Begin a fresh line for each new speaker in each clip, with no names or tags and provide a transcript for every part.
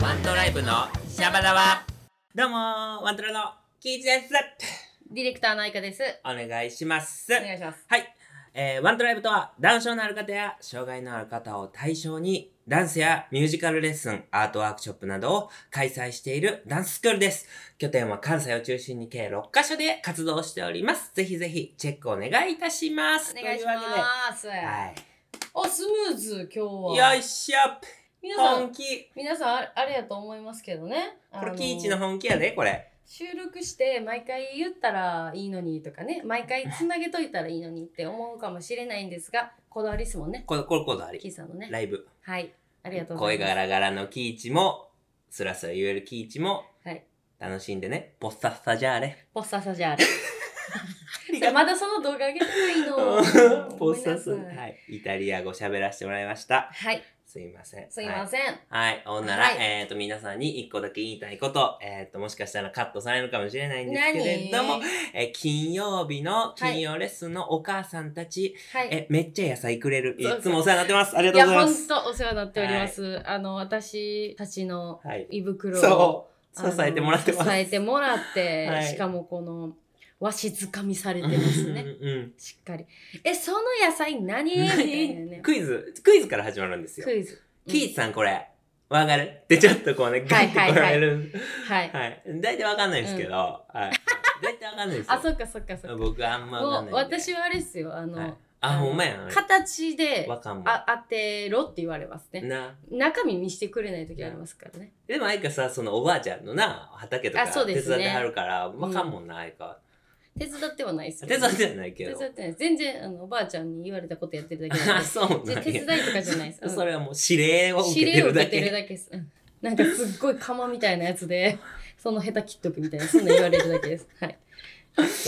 ワントライブのシャバダバどうもーワントラのキイチです
ディレクターの愛花です。
お願いします
お願いします。
はい、えーワントライブとはダウン症のある方や障害のある方を対象にダンスやミュージカルレッスン、アートワークショップなどを開催しているダンススクールです。拠点は関西を中心に計6カ所で活動しております。ぜひぜひチェックお願いいたします。
お願いし
というわ
ます。
けで
あ、
はい。
スムーズ今日は。
よいしょ
皆さん
本、気
皆さんああれやと思いますけどね。
これ
あの
キイチの本気やで、これ。
収録して毎回言ったらいいのにとかね、毎回つなげといたらいいのにって思うかもしれないんですが、こだわりですもんね。
これ、これ、こだわり。
キーさんのね。
ライブ。
はい。ありがとうござ
声
います。
ガラガラのキイチも、スラスラ言えるキイチも、
はい
楽しんでね。ポッサッサじゃあね。
ポッササじゃあれ。
あり
それまだその動画上げてない の。
ポッサス、
ごめんなさ。
はいい、イタリア語喋らせてもらいました。
はい。
すいません。
すいません。
はい。はい、ほんなら、
はい
えっ、と、皆さんに一個だけ言いたいこと、えっ、と、もしかしたらカットされるかもしれないんですけれども
何、
えー金曜日の金曜レッスンのお母さんたち、
はい。
え、めっちゃ野菜くれる。い
そうそう
つもお世話になってます。ありが
い
とう
や、
ございま
本
す。
当お世話になっております。あの、私たちの
はい。
胃袋を
そう
あ。の
支えてもらってます。
支えてもらって、
はい
しかもこの、和紙づかみされてます
う
ね。
んうんうん
しっかり。え、その野菜何みたいなね。
クイズ、クイズから始まるんですよ
ク。イズ。
キーチさんこれ、わかるってちょっとこうね、ガンって来られる。
うんはい。
はい。大体わかんないですけど、はい。大体わかんないですよ。
あ、そっかそっかそっか。
僕あんまわかんないん
もう
で。
私はあれですよ、あの、
はい、あ、ほんまやな。
形で、
わかんも。
あ、当てろって言われますね。
な。
中身見してくれない時ありますからね。
でも愛花さ、そのおばあちゃんのな、畑とか
あそう
手
です
伝
ね
ってはるから、わかんもんな、愛花。
手伝ってはないです
手
けど
伝ってはないけ
手
ど
伝。ってない全然あのおばあちゃんに言われたことやってるだけなん
あ、
で
そう
ぜ
なん
手伝
や
い。とかじゃないです、うん
それはもう指令を受け
指
て
令を
る
受
だ
けてる
け。
だけです、うんなんかすっごい釜みたいなやつで そのヘタ切っとくみたいなそんな言われるだけですはい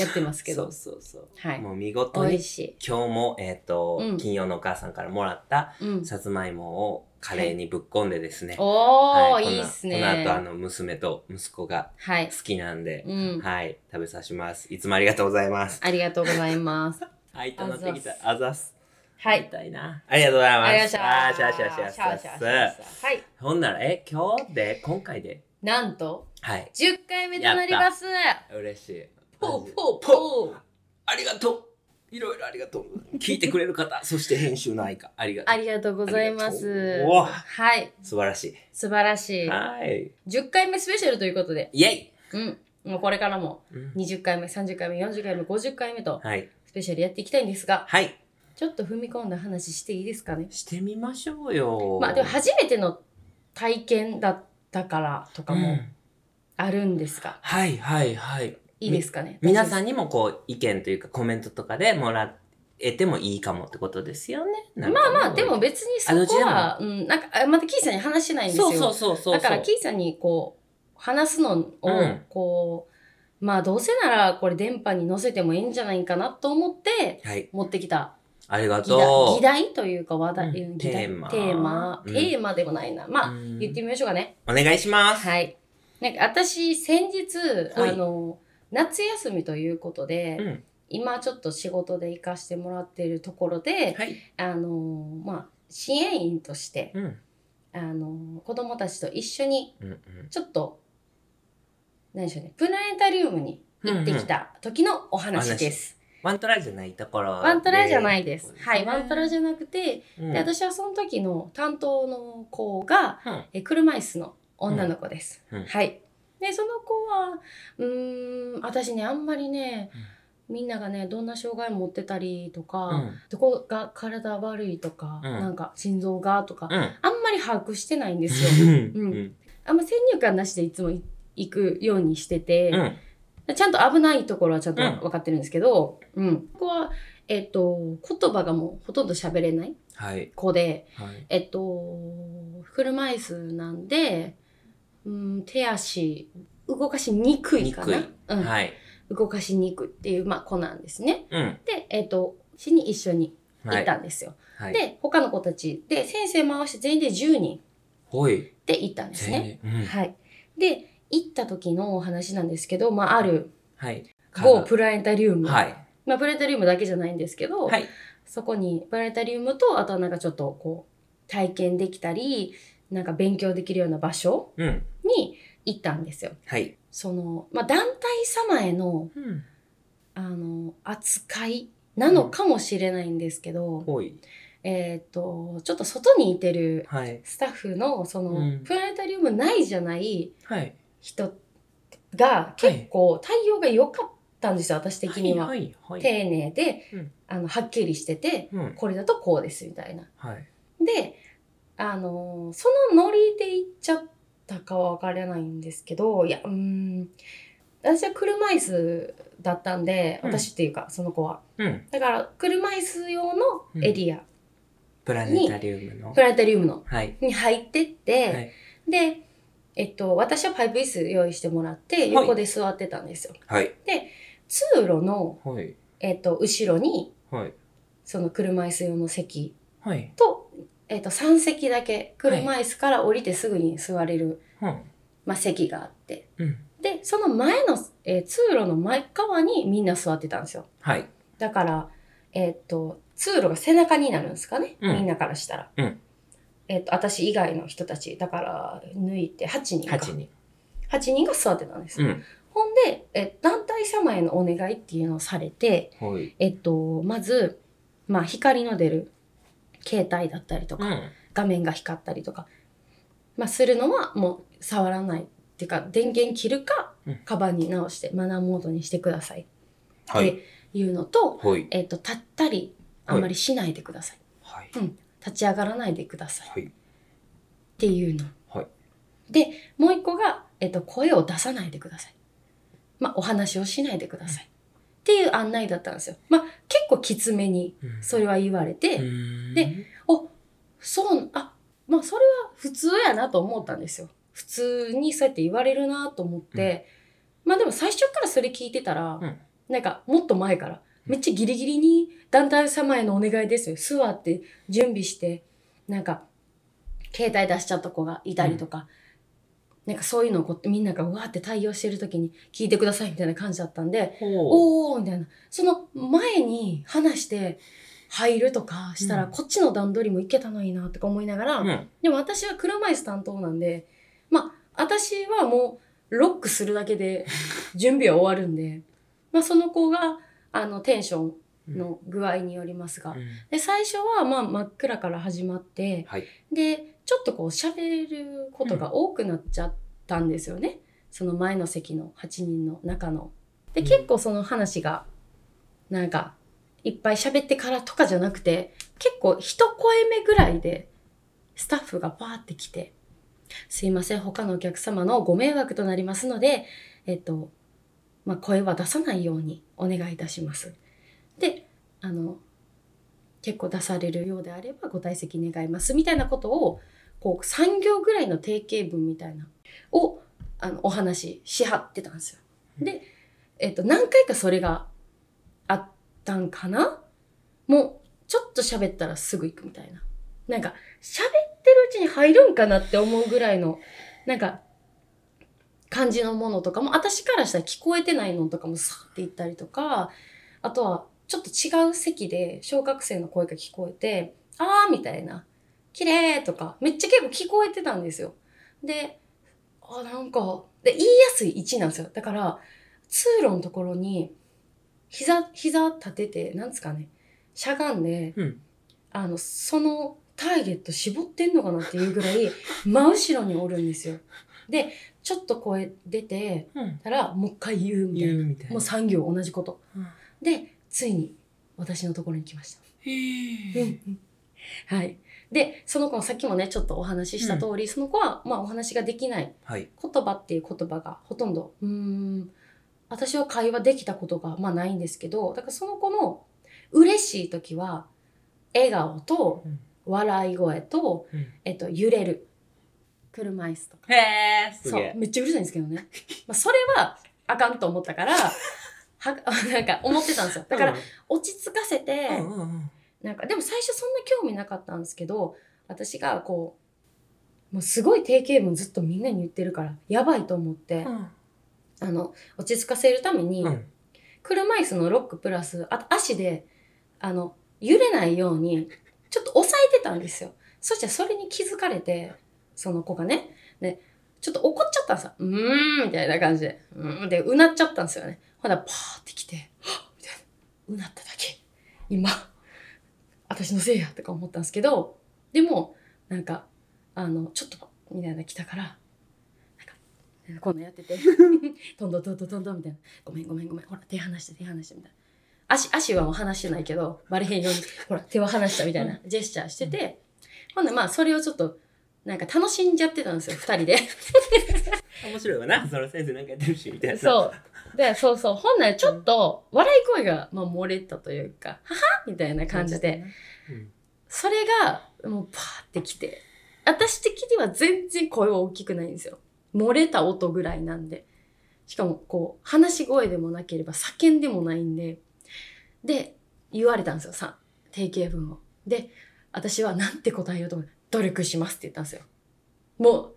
やってますけ
そ
ど
うそうそう。
はい
もう見事
美
に
味しい、
今日も、えっ、と、
うん
金曜のお母さんからもらった、
うん、
さつまいもをカレーにぶっこんでですね。
おー、、
はいこん
い
な
っす
この後、あ
ね
の、娘と息子が
はい
好、きなんで、
うん、
はい、食べさせます。いつもありがとうございます。
ありがとうございます
はい、となってきた。あ
あ
ざす。
は
み
い
たいな。ありがとうございます。
ありがとうございま
あ
す
ーしゃあしゃあしゃあしゃあ
シ
し
ャーシャーシャーシ
ゃあ
ャーはい
ほんなら、え、今日で、今回で。
なんと
はい。
10回目となります
嬉しい。
ポ
マジで
ーポー
ポー
ポー
ありがとういろいろありがとう。聞いてくれる方、そして編集の愛か。ありがと
あ
う。
りがとうございま
あり
す
がとうおー
はい
素晴らし
素晴らし
い。
い
はい。
10回目スペシャルということで、
イェイ
うん、もうこれからも
うん
20回目、30回目、40回目、50回目と
はい。
スペシャルやっていきたいんですが、
はい。
ちょっと踏み込んだ話していいですかね。
してみましょうよ。
まあでも初めての体験だったからとか
う
も
ん
あるんですが、
はいはいはい。
いいですかね。
皆さ
ん
んにもこう意見というかコメントとかでもらえてもいいかもってことですよね。な
まあ
んかね
まあ、でも別にそ
あどち
こ
ら
は、うん、なんか、あまたキーさんに話してないんですよ。
そうそうそうそう。
だからキーさんにこう、話すのを
うん、
こう、まあどうせならこれ電波に乗せてもいいんじゃないかなと思って
はい。
持ってきた
ありが
議題
と
議
う。
題というか話題、
うん
議題
テーマ
テーマ
うん
テーマでもないな、まあ、
うん
言ってみましょうかね
お願いします。
はいなんか私先日
はい
あの夏休みということで、
うん。
今ちょっと仕事で行かしてもらってるところで
はい。
あのまあ支援員として
うん。うん
あの子どもたちと一緒に
うん。
ちょっと何でしょうねプラネタリウムに行ってきた時のお話です。
ワントラじゃないところ。
ワントラじゃないです。はい、ワントラじ
ゃ。
ゃなくて、
うん
で私はその時の担当の子が、
うん
え車椅子の女の子です。
うんうん
はい。でその子はうーん私ねあんまりね、みんながねどんな障害持ってたりとか、
うん
どこが体悪いとか、
うん
なんか心臓がとか、
うん。
あんまり把握してないんで す
う
よ。うん
ん。
あんま先入観なしでいつもい行くようにしてて、
うん。
ちゃんと危ないところはちゃんと
うん
分かってるんですけど、うん、ここはえっと言葉がもうほとんど喋れない
はい。
子で。
はい。
えっと、車椅子なんで、うん、手足、動かしにくいかな。
にくい
うん
はい。
動かしにくいっていう、まあ、子なんですね。
うん。
で、えっと、市に一緒に
は
行っ
い。
たんですよ。
はい。
で、他の子たちで、先生回して全員で10人
ほい。
で行ったんですね。
全員うん。
はい。で、行った時のお話なんですけど、まあ、ある
はい。
某プラネタリウム。
はい。
まあ、プラネタリウムだけじゃないんですけど、
はい。
そこにプラネタリウムとあとはなんかちょっとこう体験できたりなんか勉強できるような場所
うん。
に行ったんですよ。
はい。
その、まあ、団体様への
うん。
あの扱いなのかもしれないんですけど、
多い。
えーっ、とちょっと外にいてる
はい。
スタッフのその、
うん
プラネタリウムないじゃない
はい。
人が結構対応が良かったんですよ、私的には。
い。は。
丁寧で、
うん
あのはっきりしてて
うん。
これだとこうですみたいな。
はい。
で、あのーそのノリで行っちゃったかは分からないんですけどいやうーん私は車椅子だったんで、
うん
私っていうかその子は
うん。
だから車椅子用のエリア、
プラネタリウムの
プ。ラネタリウムの
はい。
に入ってって、
はい
で、えっと、私はパイプ椅子用意してもらって
はい
横で座ってたんですよ、
はい。
通路の、
はい。
えっと、後ろに
はい。
その車椅子用の席
はい。
と,、えっと3席だけ車椅子から降りてすぐに座れる、
うん。
まあ、席があって
うん。
でその前の、えー通路の前側にみんな座ってたんですよ
はい。
だから、えーっと通路が背中になるんですかね、
うん
みんなからしたら、
うん
えーっと私以外の人たちだから抜いて8人か
八人。
8人が座ってたんです、
うん。
ほんで、えー団体様へのお願いっていうのをされて、
はい。
えーっとまず、まあ、光の出る携帯だったりとか、
うん。
画面が光ったりとか、まあ、するのはもう触らないっていうか電源切るか、
うん
カバンに直してマナーモードにしてくださいっ
はい。
ていうのと,、
はい。
えっと立ったり
はい
あんまりしないでください、
はい。
立ち上がらないでくださいっ
はい。
ていうの、
はい
でもう一個が、えっと声を出さないでください、まあ、お話をしないでください、っていう案内だったんですよ、まあ、結構きつめにそれは言われて、
うん。
で、そうあまあそれは普通やなと思ったんですよ普通にそうやって言われるなと思って、まあでも最初からそれ聞いてたら、
うん
なんかもっと前からめっちゃギリギリに団体様へのお願いですよ座って準備してなんか携帯出しちゃった子がいたりとか、なんかそういうのをこうみんながわーって対応してる時に聞いてくださいみたいな感じだったんで、
ほう。
おーみたいなその前に話して入るとかしたら、
うん
こっちの段取りもいけたのになとか思いながら、
うん。
でも私は車椅子担当なんでまあ私はもうロックするだけ で準備は終わるんで、まあ、その子があのテンションの具合によりますが、
うん。
で最初はまあ真っ暗から始まって
はい。
でちょっとこう喋ることが多くなっちゃったんですよね、その前の席の8人の中の。で
うん
結構その話がなんかいっぱい喋ってからとかじゃなくて結構一声目ぐらいでスタッフがバーって来て「すいません他のお客様のご迷惑となりますので、えっとまあ、声は出さないようにお願いいたします」であの結構出されるようであればご退席願いますみたいなことをこう3行ぐらいの定型文みたいなをあのお話ししはってたんですよ。で、えっと何回かそれがあったんかなもうちょっと喋ったらすぐ行くみたいな。なんか喋ってるうちに入るんかなって思うぐらいのなんか感じのものとかも私からしたら聞こえてないのとかもさって行ったりとかあとはちょっと違う席で小学生の声が聞こえて「あー」みたいな「綺麗とかめっちゃ結構聞こえてたんですよ。であなんかで言いやすい位置なんですよだから通路のところに膝膝立ててなんですかねしゃがんで、
うん
あのそのターゲット絞ってんのかなっていうぐら い真後ろにおるんですよ。でちょっと声出て
うん。
たらもう一回言うみたい
言
な
うみたいな。
もう3行同じこと。
うん
でついに私のところに来ました。
へー
はい、でその子のさっきもねちょっとお話しした通り、その子は、まあ、お話ができない
はい。
言葉っていう言葉がほとんどうーん私は会話できたことが、まあ、ないんですけどだからその子の嬉しい時は笑顔と
うん
笑い声と、
うん
えっと、揺れる車椅子とか
へえ。す
そ
げ
う
え。
めっちゃうるさいんですけどね、まあ、それはあかんと思ったからは なんか思ってたんですよだから落ち着かせて、
うん、うんうんうん。
なんかでも最初そんな興味なかったんですけど私がこうもうすごい定型文ずっとみんなに言ってるからやばいと思って、あの落ち着かせるために、
うん
車椅子のロックプラスあと足であの揺れないようにちょっと押さえてたんですよそしたらそれに気づかれてその子がね。で、ちょっと怒っちゃったんですよ。うーん、みたいな感じで。うーん、で、うなっちゃったんですよね。ほな、パーって来て、はっみたいな。うなっただけ。今、私のせいや、とか思ったんですけど、でも、なんか、あの、ちょっと、みたいなの来たから、なんか、こんなんやってて、 どんどんどんどんどんどんみたいな。ごめんごめんごめん。ほら、手離して、手離して、みたいな。足、足はもう離してないけど、バレへんように、ほら、手は離したみたいなジェスチャーしてて、ほんで、まあ、それをちょっと、なんか楽しんじゃってたんですよ、二人で。
面白いわな。その先生なんかやってるし、みたいな。
そう。で、そうそう。本来ちょっと、笑い声が、まあ、漏れたというか、ははみたいな感じで。
うん。
それが、もう、パーってきて。私的には全然声は大きくないんですよ。漏れた音ぐらいなんで。しかも、こう、話し声でもなければ叫んでもないんで。で、言われたんですよ、さ、定型文を。で、私はなんて答えようと思って、努力しますって言ったんですよ。もう、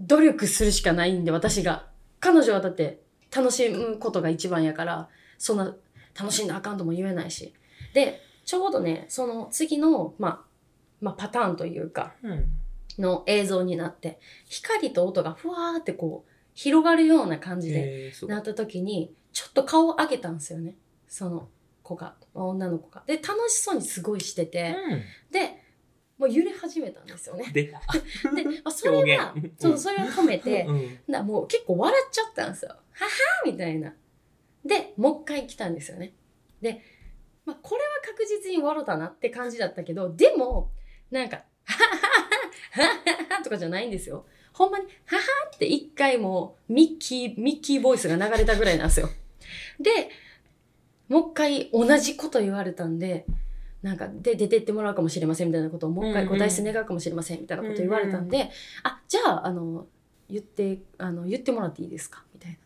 努力するしかないんで、私が。彼女はだって、楽しむことが一番やから、そんな、楽しんだらあかんとも言えないし。で、ちょうどね、その次の、まあ、まあ、パターンというか、
うん。
の映像になって、光と音がふわーってこう、広がるような感じで、
えー、そう。
なった時に、ちょっと顔を上げたんですよね。その子が、女の子が。で、楽しそうにすごいしてて、
う
で、もう揺れ始めたんですよね
ん。。で、
で、まあ、それは
表現、
そう、それは止めて、
うん。
なもう結構笑っちゃったんですよ。ははみたいな。で、もう一回来たんですよね。で、まあ、これは確実に笑ったなって感じだったけど、でも、なんか、はははははとかじゃないんですよ。ほんまに、ははって一回もうミッキー、ミッキーボイスが流れたぐらいなんですよ。で、もう一回同じこと言われたんで、なんか、で、出てってもらうかもしれませんみたいなことを、もう一回答えして願うかもしれませんみたいなこと言われたんで、あ、じゃあ、あの、言って、あの、言ってもらっていいですかみたいな。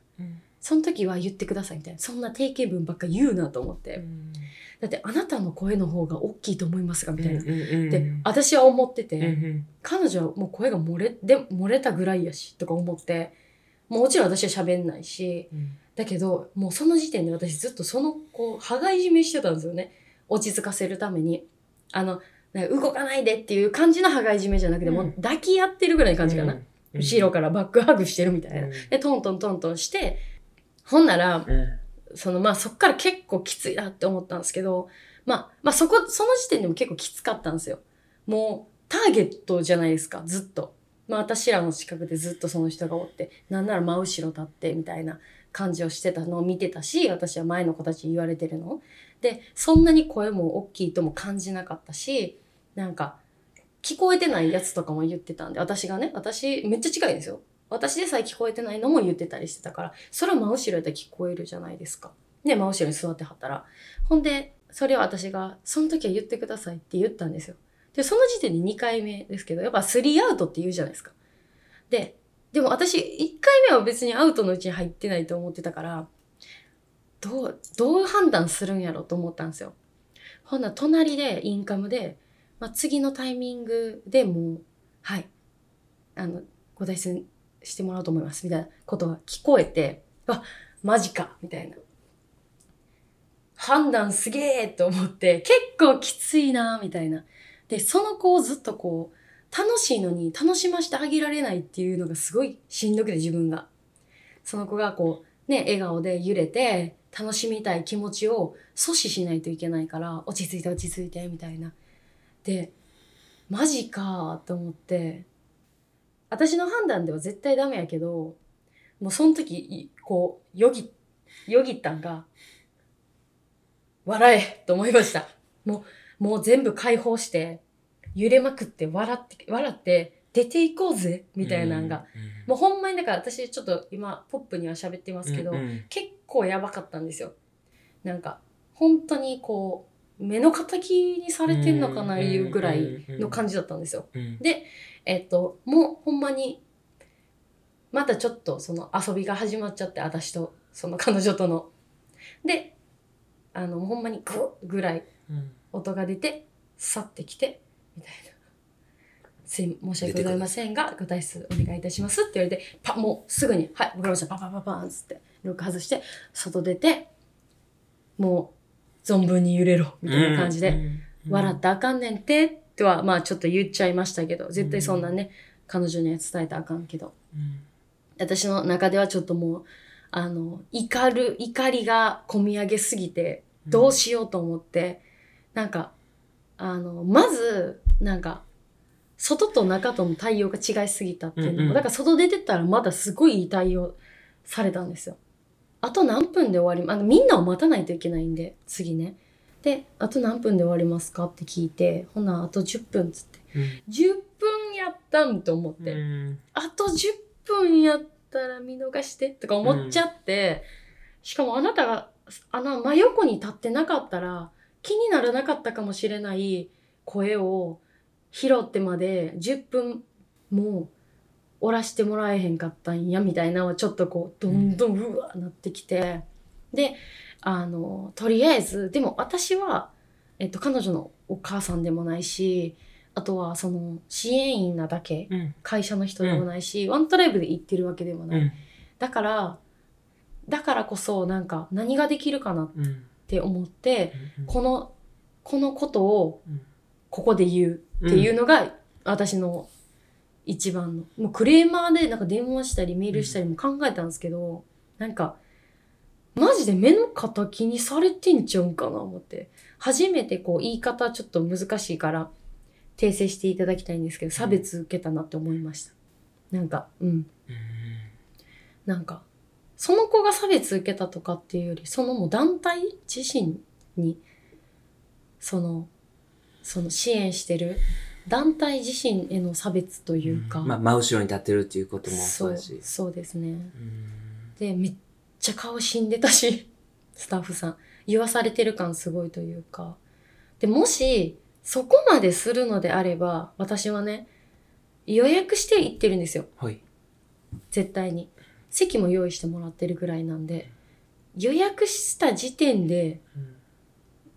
その時は言ってくださいみたいな。そんな定型文ばっか言うなと思って。
うん
だって、あなたの声の方が大きいと思いますが、みたいな。
うんうんうん
で、私は思ってて、
うんうん
彼女はもう声が漏れ、で、漏れたぐらいやし、とか思って、もちろん私は喋んないし、
うん
だけど、もうその時点で私ずっとその子、羽がいじめしてたんですよね。落ち着かせるために。あの、なんか動かないでっていう感じの羽がいじめじゃなくて、もう抱き合ってるぐらいの感じかな。
うん
後ろからバックハグしてるみたい
う
な。
ん
で、トントントントンして、ほんなら、
うん
そのまあそっから結構きついなって思ったんですけど、まあ、まあそこ、その時点でも結構きつかったんですよ。もうターゲットじゃないですか、ずっと。まあ私らの近くでずっとその人がおって、なんなら真後ろ立ってみたいな感じをしてたのを見てたし、私は前の子たちに言われてるのを。で、そんなに声も大きいとも感じなかったし、なんか、聞こえてないやつとかも言ってたんで、私がね、私めっちゃ近いんですよ。私でさえ聞こえてないのも言ってたりしてたから、それは真後ろで聞こえるじゃないですか。で、真後ろに座ってはったら。ほんで、それを私が、その時は言ってくださいって言ったんですよ。で、その時点で2回目ですけど、やっぱ3アウトって言うじゃないですか。で、でも私、1回目は別にアウトのうちに入ってないと思ってたから、どう、どう判断するんやろうと思ったんですよ。ほんなら隣で、インカムで、まあ、次のタイミングでもう、はい、あの、ご対戦してもらおうと思います、みたいなことが聞こえて、あ、マジか、みたいな。判断すげえと思って、結構きついな、みたいな。で、その子をずっとこう、楽しいのに楽しましてあげられないっていうのがすごいしんどくて、自分が。その子がこう、ね、笑顔で揺れて、楽しみたい気持ちを阻止しないといけないから、落ち着いて落ち着いて、みたいな。で、マジかと思って、私の判断では絶対ダメやけど、もうその時、いこう、よぎ、よぎったんが、笑えと思いました。もう、もう全部解放して、揺れまくって笑って、笑って、出ていこうぜみたいなのが、もうほんまにだから私ちょっと今ポップには喋ってますけど、
うんうん
結構やばかったんですよ。なんか本当にこう目の敵にされてんのかないうぐらいの感じだったんですよ。
うん
えっともうほんまにまたちょっとその遊びが始まっちゃって私とその彼女との。であのほんまにグッぐらい
うん
音が出て去ってきてみたいな「すい申し訳ございませんがご退出お願いいたします」って言われてパもうすぐに「はいわかりましたパンパンパンパン」っつってロック外して外出てもう存分に揺れろみたいな感じで「笑ったらあかんねんて」とは、まあちょっと言っちゃいましたけど、絶対そんなね、彼女には伝えたらあかんけど。私の中ではちょっともう、あの、怒る、怒りが込み上げすぎて、どうしようと思って、なんか、あの、まず、なんか、外と中との対応が違いすぎたっていうのも、
うんうん
だから外出てったらまだすごいいい対応されたんですよ。あと何分で終わり、あの、みんなを待たないといけないんで、次ね。で、あと何分で終わりますかって聞いて、ほな、あと10分っつって。
うん
10分やったんと思って。
うん
あと10分やったら見逃してとか思っちゃって、しかもあなたがあの真横に立ってなかったら気にならなかったかもしれない声を拾ってまで10分もおらしてもらえへんかったんやみたいなのはちょっとこうどんどんうわーなってきて、であのとりあえずでも私は、えっと、彼女のお母さんでもないしあとはその支援員なだけ
うん
会社の人でもないし、ワントライブで行ってるわけでも
う
ない、
ん
だからだからこそなんか何ができるかなっ
うん
て思って、このこのことを
うん
ここで言うっていうのが私の一番の、もうクレーマーでなんか電話したりメールしたりも考えたんですけど、なんかマジで目の敵にされてんちゃうんかな思って初めてこう言い方ちょっと難しいから訂正していただきたいんですけど差別受けたなって思いました、なんかうん
うん
なんか、その子が差別受けたとかっていうより、そのもう団体自身に、その、その支援してる団体自身への差別というか、
まあ真後ろに立ってるっていうこともそう
そ
だ
う
し
そうですね。
うん
で、めっちゃ顔死んでたし、 スタッフさん。言わされてる感すごいというか。で、もし、そこまでするのであれば、私はね、予約して行ってるんですよ。
はい
絶対に席も用意してもらってるぐらいなんで予約した時点で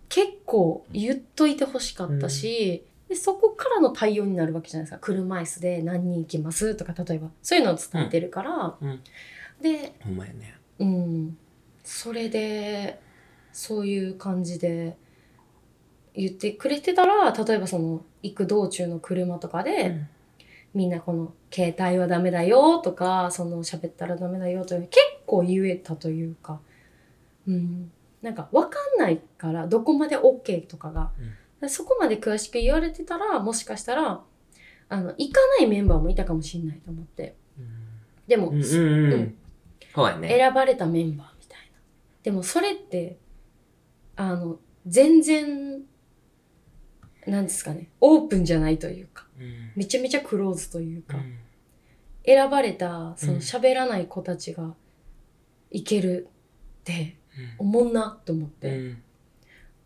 結構言っといてほしかったし、でそこからの対応になるわけじゃないですか車椅子で何人行きますとか例えばそういうのを伝えてるから、
うんうん
で
ほんまやね
うんそれでそういう感じで言ってくれてたら例えばその行く道中の車とかで、
うん
みんなこの携帯はダメだよとか、その喋ったらダメだよという結構言えたというか、うん。なんかわかんないから、どこまで OK とかが。そこまで詳しく言われてたら、もしかしたら、あの、行かないメンバーもいたかもしれないと思って。でも、
うんうんう
うんん
ほうやね
選ばれたメンバーみたいな。でもそれって、あの、全然、なんですかね、オープンじゃないというか、
うん
めちゃめちゃクローズというか、
うん
選ばれたそ
うん
の喋らない子たちがいけるって
う
おもんなと思って、
んうん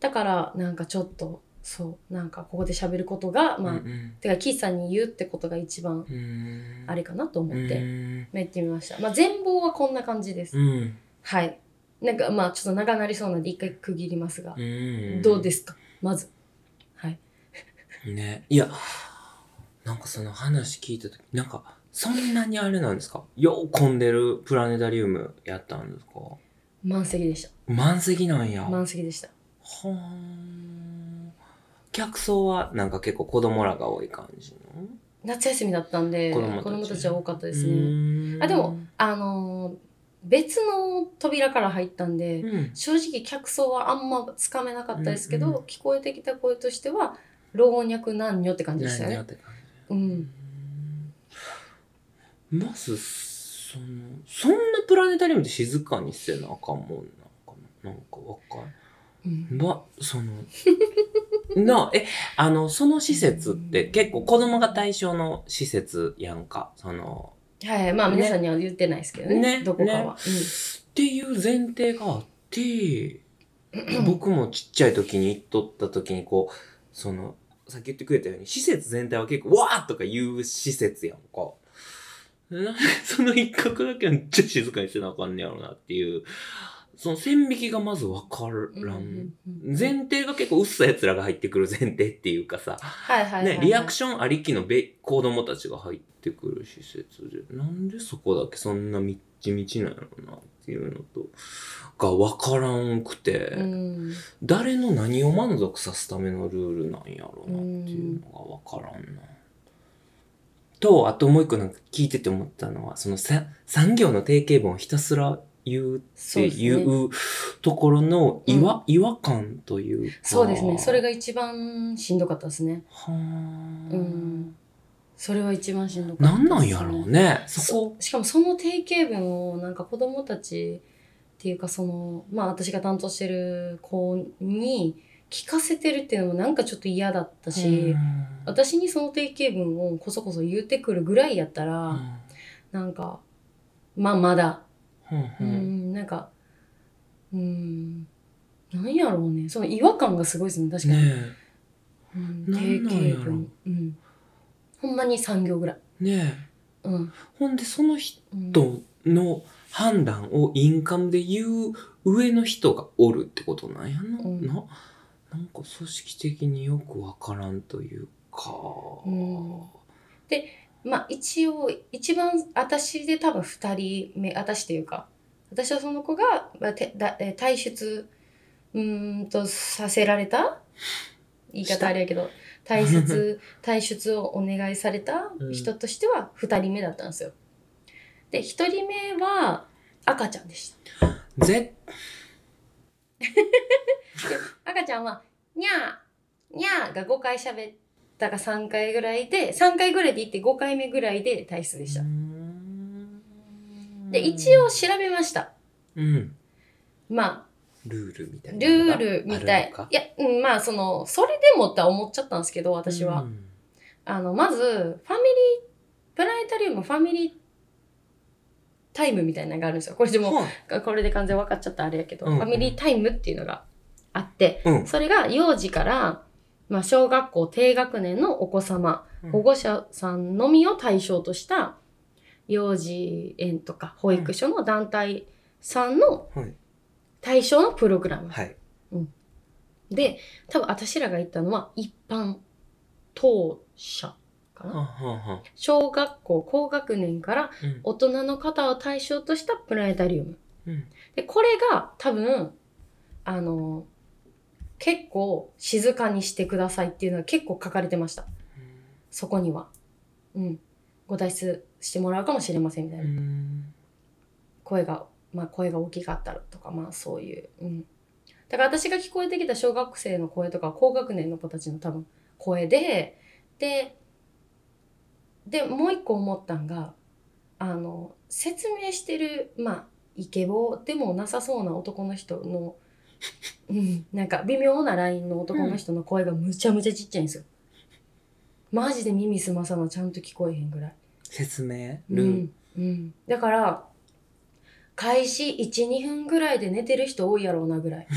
だからなんかちょっとそうなんかここで喋ることがまあ、
うん
てかキーさんに言うってことが一番
うん
あれかなと思って、
うん
まあ言ってみました、まあ、全貌はこんな感じです、
うん
はいなんかまあちょっと長なりそうなんで一回区切りますが、
うん
どうですかまずはい
ねいやなんかその話聞いた時なんかそんなにあれなんですかよう混んでるプラネタリウムやったんですか
満席でし
満席なんや
た満席でした
ほーん客層はなんか結構子供らが多い感じの
夏休みだったんで
子
子
供たち
供たちは多かったですね、
ね
あでも、あのー別の扉から入ったんで、
うん、
正直客層はあんまつかめなかったですけど、
うんうん
聞こえてきた声としては老若男女って感じでしたよ
何よ
ね
っ。て感
う
じ、
ん、
うんまずそのそんなプラネタリウムって静かにしてなあかんもんなんかななんかわかん
うん
ま、その、の、え、あの、その施設って結構子供が対象の施設やんか、その、
はいまあ
ね
皆さんには言ってないですけどね
ね
どこかは、
ねっていう前提があって、僕もちっちゃい時に行っとった時にこう、その、さっき言ってくれたように、施設全体は結構、わーとか言う施設やんか。 なんでその一角だけはめっちゃ静かにしてなあかんねやろなっていう、その線引きがまずわから。
うんん
前提が結構薄い奴らが入ってくる前提っていうかさ、
はいはいはい、
ね、リアク
シ
ションありきのべ子供たちが入ってくる施設で、なんでそこだけそんなみっちみちなんやろうなっっていうのと、がわからんくて、
うん
誰の何を満足さすためのルールなんやろうなっていうのがわからんな。と、あともう一個なんか聞いてて思ったのは、そのさ産業の定型文をひたすら言うっていうところの違和,、違和感というか。
そうですねそれが一番しんどかったですね
はー
うんそれは一番しんどかった
なんなんやろうね。そこ。
そしかもその定型文をなんか子供たちっていうかそのまあ私が担当してる子に聞かせてるっていうのもなんかちょっと嫌だったし、
うん
私にその定型文をこそこそ言うてくるぐらいやったら、なんかまあまだ
うん
う、
うんん
なんかうんなんやろうねその違和感がすごいですね確かに、
ね
うん、
なんなん
定
やろ
型文うんほんまに3行ぐらい
え。ね
うん、
え。ほんで、その人
うん、
の判断をインカムで言う上の人がおるってことなんやな。
うん
ななんか組織的によくわからんというか。
うんまあ一応一番私で多分2人目私というか私はその子がまあてだえー退出うーんとさせられた言い
した
方あれやけど退出退出をお願いされた人としては2人目だったんですよ。で1人目は赤ちゃんでした。
ぜ
赤ちゃんは「にゃーにゃー」が5回喋ったか3回ぐらいで3回ぐらいで行って5回目ぐらいで退出でした。で一応、調べました。
うん。
ま
ルールみた
あ、
い
ル
なのが
ー
あるのか。
ルみたい。いや、うん、まあ、その、それでもって思っちゃったんですけど、私は。
うん
あの、まず、ファミリー、プラネタリウムファミリータイムみたいなのがあるんですよ。これでも、
はい
これで完全分かっちゃったあれやけど、
うんうん
ファミリータイムっていうのがあって、
うん
それが幼児から、まあ、小学校低学年のお子様、
うん
保護者さんのみを対象とした、幼児園とか保育所の団体さんの
はい
対象のプログラム
はい。
で、多分私らが言ったのは一般当社か
は
な。
んはんはん
小学校高学年から
うん
大人の方を対象としたプラネタリウム。
うん
で、これが多分、あの、結構静かにしてくださいっていうのが結構書かれてました。そこには。うん。ご退出してもらうかもしれませんみたいな。
うん
声が、まあ、声が大きかったらとかまあそういう、うん、だから私が聞こえてきた小学生の声とか高学年の子たちの多分声でででもう一個思ったんがあの説明してるまあイケボでもなさそうな男の人の、うん、なんか微妙なラインの男の人の声がむちゃむちゃちっちゃいんですよ。マジで耳すまさなちゃんと聞こえへんぐらい。
説明
う
ルール
んうん、だから開始12分ぐらいで寝てる人多いやろうなぐ らい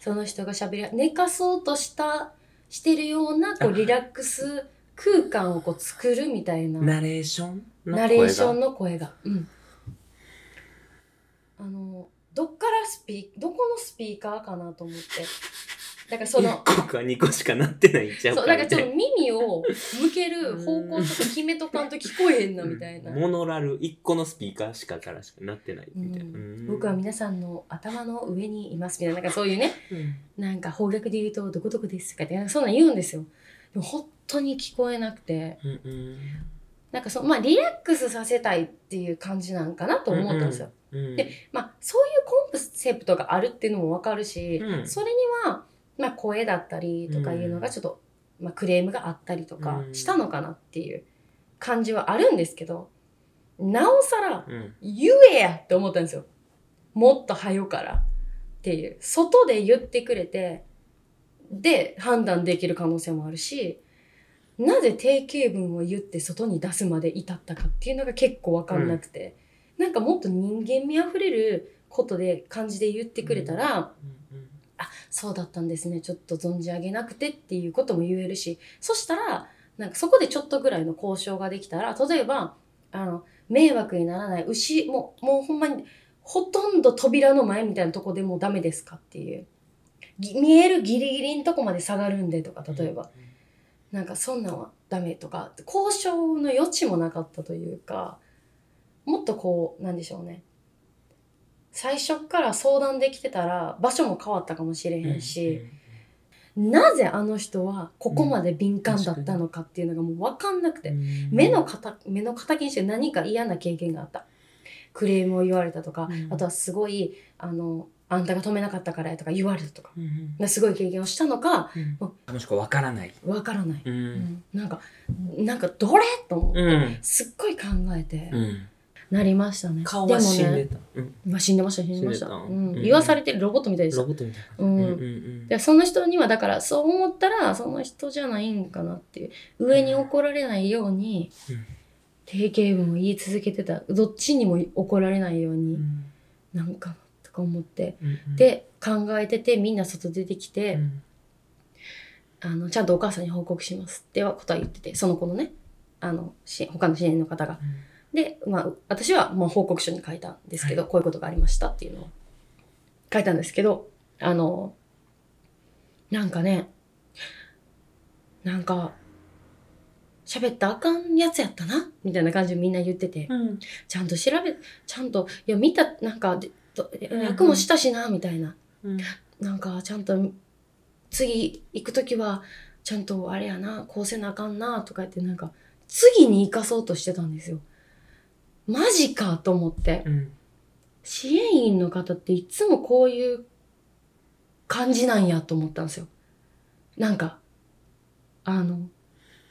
その人がしゃべり寝かそうとしたしてるようなこうリラックス空間をこう作るみたいな
ナレーションの声が
ナレーションの声が。うん、あのどっからスピどこのスピーカーかなと思ってだからその
1個か2個しかなってないんちゃう
そう
か
だ
み
か
た
ら
い
ちょっと耳を向ける方向とか決めとかんと聞こえへんなみたいな
うんモノラル1個のスピーカーしかからしかなってないみたいな、
うん
うん
僕は皆さんの頭の上にいますみたいななんかそういうね
うん
なんか方角で言うとどこどこですとかってなんかそんなん言うんですよでも本当に聞こえなくて
うんうん
なんかそのまあリラックスさせたいっていう感じなんかなと思ったんですよ、
うん
でまあそういうコンセプトがあるっていうのもわかるし、
うん
それにはまあ声だったりとかいうのがちょっと、まあ、クレームがあったりとかしたのかなっていう感じはあるんですけどなおさら
うん
言えやって思ったんですよ。もっと早うから。っていう。外で言ってくれて、で、判断できる可能性もあるし、なぜ定型文を言って外に出すまで至ったかっていうのが結構わかんなくて、なんかもっと人間味あふれることで、感じで言ってくれたら、
うん
そうだったんですねちょっと存じ上げなくてっていうことも言えるしそしたらなんかそこでちょっとぐらいの交渉ができたら例えばあの迷惑にならない牛もうもうほんまにほとんど扉の前みたいなとこでもうダメですかっていうぎ見えるギリギリのとこまで下がるんでとか例えば、なんかそんなんはダメとか交渉の余地もなかったというかもっとこうなんでしょうね最初っから相談できてたら場所も変わったかもしれへん
うん
し、なぜあの人はここまで敏感だったのかっていうのがもう分かんなくて、
うん
目の形目の敵にして何か嫌な経験があったクレームを言われたとか、
うん
あとはすごいあのあんたが止めなかったからやとか言われたとか
うん
すごい経験をしたのか
うんもしくは分からない。
分からない、
う。
うんんなんかなんかどれと思う、
うん。
すっごい考えて
うん。
なりましたね、
顔は死ん
で
で
もね
た。うん
まあ死んでました死んでました
死んでた
うん
うん
言わされてるロボットみたいでした
ロボットみたいな。
うん
うんうん
でその人にはだからそう思ったらその人じゃないんかなっていう上に怒られないように、
うん
定型文を言い続けてたどっちにも怒られないよう
う
に、
ん
なんかなとか思って
うん。
で考えててみんな外出てきて、
うん、
あのちゃんとお母さんに報告しますっては答え言っててその子のねあのし他の支援の方がで、まあ、私はもう報告書に書いたんですけど、こういうことがありましたっていうのを書いたんですけど、あの、なんかね、なんか、喋ったらあかんやつやったなみたいな感じでみんな言ってて、
うん。
ちゃんと調べ、ちゃんと、いや、見た、なんか、でと
んうん
役もしたしな、みたいな。
うん。
なんか、ちゃんと、次行くときは、ちゃんとあれやな、こうせなあかんな、とか言って、なんか、次に生かそうとしてたんですよ。マジかと思って。
うん。
支援員の方っていつもこういう感じなんやと思ったんですよ。なんか、あの、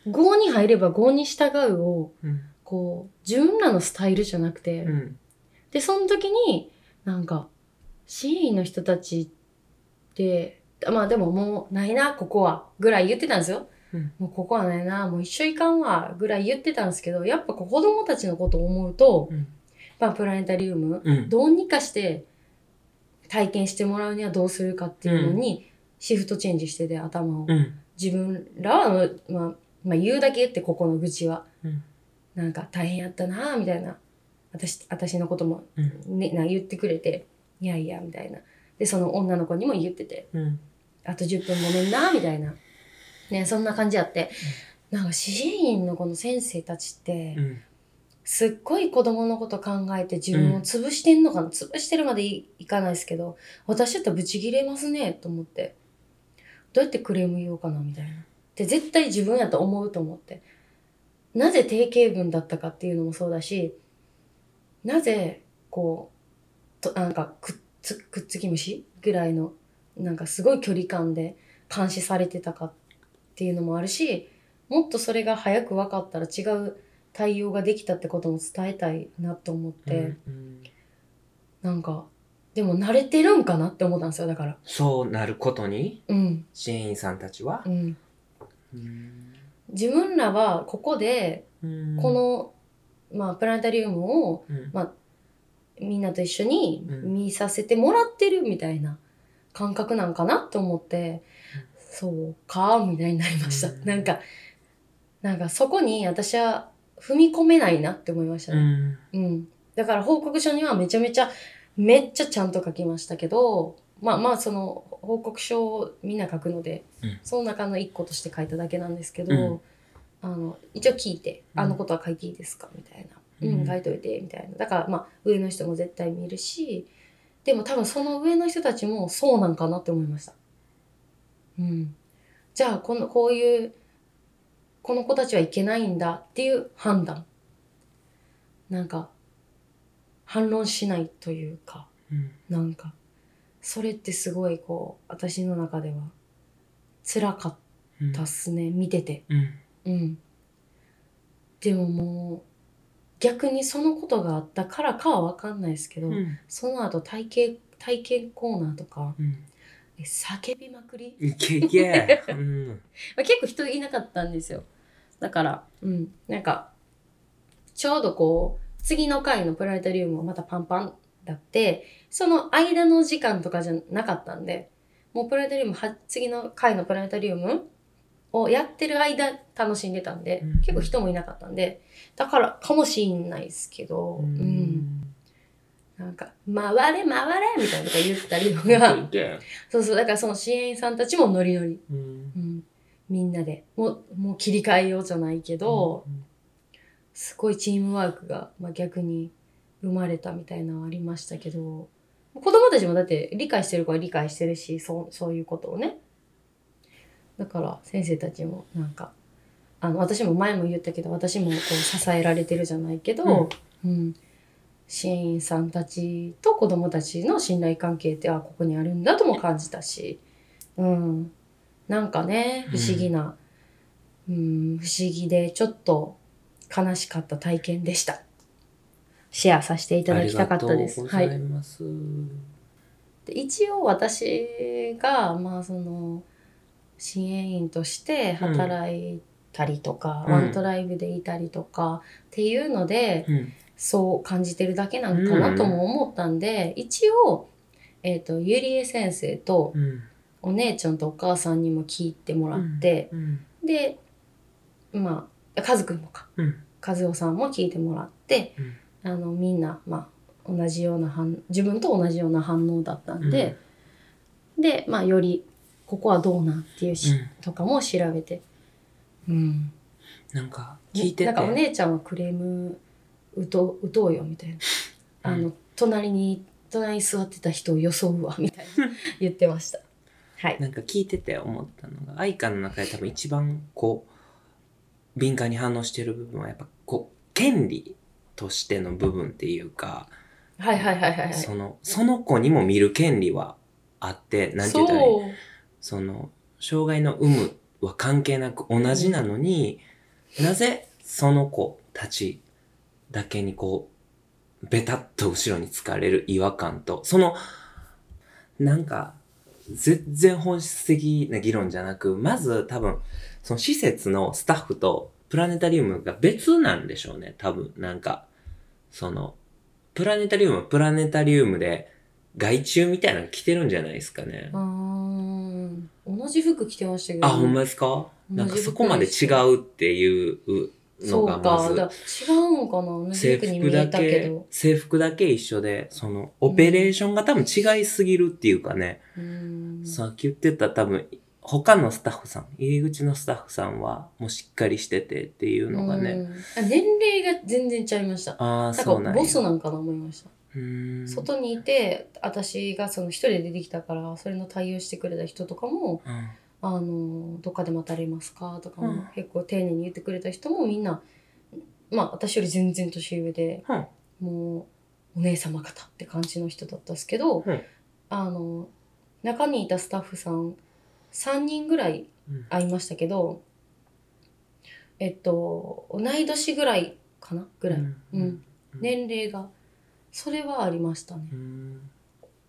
5に入れば5に従うを、
うん。
こう、自分らのスタイルじゃなくて、
うん。
で、その時に、なんか、支援員の人たちって、まあでももうないな、ここは、ぐらい言ってたんですよ。
うん
もうここはないな、もう一緒いかんわ、ぐらい言ってたんですけど、やっぱこう子供たちのことを思うと、
うん。
まあプラネタリウム、
うん。
どうにかして体験してもらうにはどうするかっていうのに、シフトチェンジしてて、頭を。
うん。
自分らは、まあ、まあ言うだけ言って、ここの愚痴は。
うん
なんか大変やったな、みたいな。私、私のことも
うん。
ね、な言ってくれて「いやいや」みたいなでその女の子にも言ってて
うん。
「あと10分ごめんな」みたいな、ね、そんな感じやって、なんか支援員のこの先生たちって、
うん。
すっごい子供のこと考えて自分を潰してんのかな、潰してるまでいいかないですけど私だったらブチギレますねと思ってどうやってクレーム言おうかなみたいなで絶対自分やと思うと思ってなぜ定型文だったかっていうのもそうだしなぜこうとなんかくっつくっつき虫ぐらいのなんかすごい距離感で監視されてたかっていうのもあるしもっとそれが早く分かったら違う対応ができたってことも伝えたいなと思って、
うん
なんかでも慣れてるんかなって思ったんですよだから
そうなることに
うん
支援員さんたちは
う、ん
うん
自分らはここで
の、
この、まあプラネタリウムを
うん
みんなと一緒に
うん
見させてもらってるみたいな感覚なんかなと思って、そうかみたいになりました、
うん
なんかなんかそこに私は踏み込めないなって思いましたね、
うん
うん、だから報告書にはめちゃめちゃめっちゃちゃんと書きましたけどまあまあその報告書をみんな書くので、
うん
その中の一個として書いただけなんですけど、
うん
あの一応聞いて「
うん
あのことは書いていいですか?」みたいな「
うん
うん書いといて」みたいなだからまあ上の人も絶対見るしでも多分その上の人たちもそうなんかなって思いました。うん、じゃあこのこういうこの子たちはいけないんだっていう判断なんか反論しないというか
うん
なんかそれってすごいこう私の中では辛かったっすね見てて
うん
うんでももう逆にそのことがあったからかは分かんないですけど、
うん
その後体験体験コーナーとか
うん
え叫びまくり
いけいけうん
まあ、結構人いなかったんですよだからうんなんかちょうどこう次の回のプラネタリウムはまたパンパンだってその間の時間とかじゃなかったんでもうプラネタリウムは次の回のプラネタリウムをやってる間楽しんでたんで、
うん
結構人もいなかったんでだからかもしんないですけど、うんなんか「回れ回れ」みたいなこと言ったりと
いけ い
か
け
そうそうだからその支援員さんたちもノリノリ
うん
うん、みんなでもうもう切り替えようじゃないけど、
うん
すごいチームワークが、まあ、逆に生まれたみたいなのはありましたけど子供たちもだって理解してる子は理解してるし、そう、そういうことをね。だから先生たちもなんか、あの、私も前も言ったけど、私もこう支えられてるじゃないけど、うん、支援員さんたちと子供たちの信頼関係って、あ、ここにあるんだとも感じたし、うん。なんかね、不思議な、うん、不思議でちょっと悲しかった体験でした。シェアさせていただきたかったです。
ありが
は
とうご
い
ざい。ます。
で一応私がまあその支援員として働いたりとか、
うん
ワントライブでいたりとかっていうので、
うん
そう感じてるだけなんかなとも思ったんで、一応、えー、とゆりえ先生と
うん
お姉ちゃんとお母さんにも聞いてもらって、
うん
でまあカズくんもか
うん
和夫さんも聞いてもらって、あのみんな、まあ、同じような反自分と同じような反応だったんで。で、まあ、よりここはどうなんっていうし、
うん
とかも調べて、うん、
なんか聞いてて
なんかお姉ちゃんはクレーム打とう打とうよみたいな、あ
う
の隣に隣に座ってた人を装うわみたい な言ってましたはい
なんか聞いてて思ったのが愛花の中で多分一番こう敏感に反応してる部分はやっぱこう権利としての部分っていうか、
はいはいはいはいはい
そのその子にも見る権利はあってなんて言ったらいいの
そう
その障害の有無は関係なく同じなのに、なぜその子たちだけにこうベタッと後ろにつかれる違和感とそのなんか全然本質的な議論じゃなくまず多分その施設のスタッフとプラネタリウムが別なんでしょうね多分なんかそのプラネタリウムはプラネタリウムで害虫みたいなの着てるんじゃないですかね。
うーん同じ服着てましたけど
あ、ほんまですかなんかそこまで違うっていうの
そう
が
か
ま
だ
ず、
から違うんかな同じ
制
服に
服
見え
だ
たけ
け
ど、
制服だけ一緒で、その、オペレーションが多分違いすぎるっていうかね、
うん
さっき言ってた多分、他のスタッフさん、入り口のスタッフさんはもうしっかりしててっていうのがね、
うんあ年齢が全然ちゃいました
ああ、
なん
そうな
か
んや。
ボスなんかな思いました
うーん
外にいて私がその一人で出てきたからそれの対応してくれた人とかも
うん
「あのどっかで待たれますか?」とか
う
も
ん
結構丁寧に言ってくれた人もみんなまあ私より全然年上で
うん
もうお姉様方って感じの人だったんですけど
うん
あの中にいたスタッフさん3人ぐらい
うん
会いましたけどえっと同い年ぐらいかなぐらいうん年齢がそれはありましたね。
うん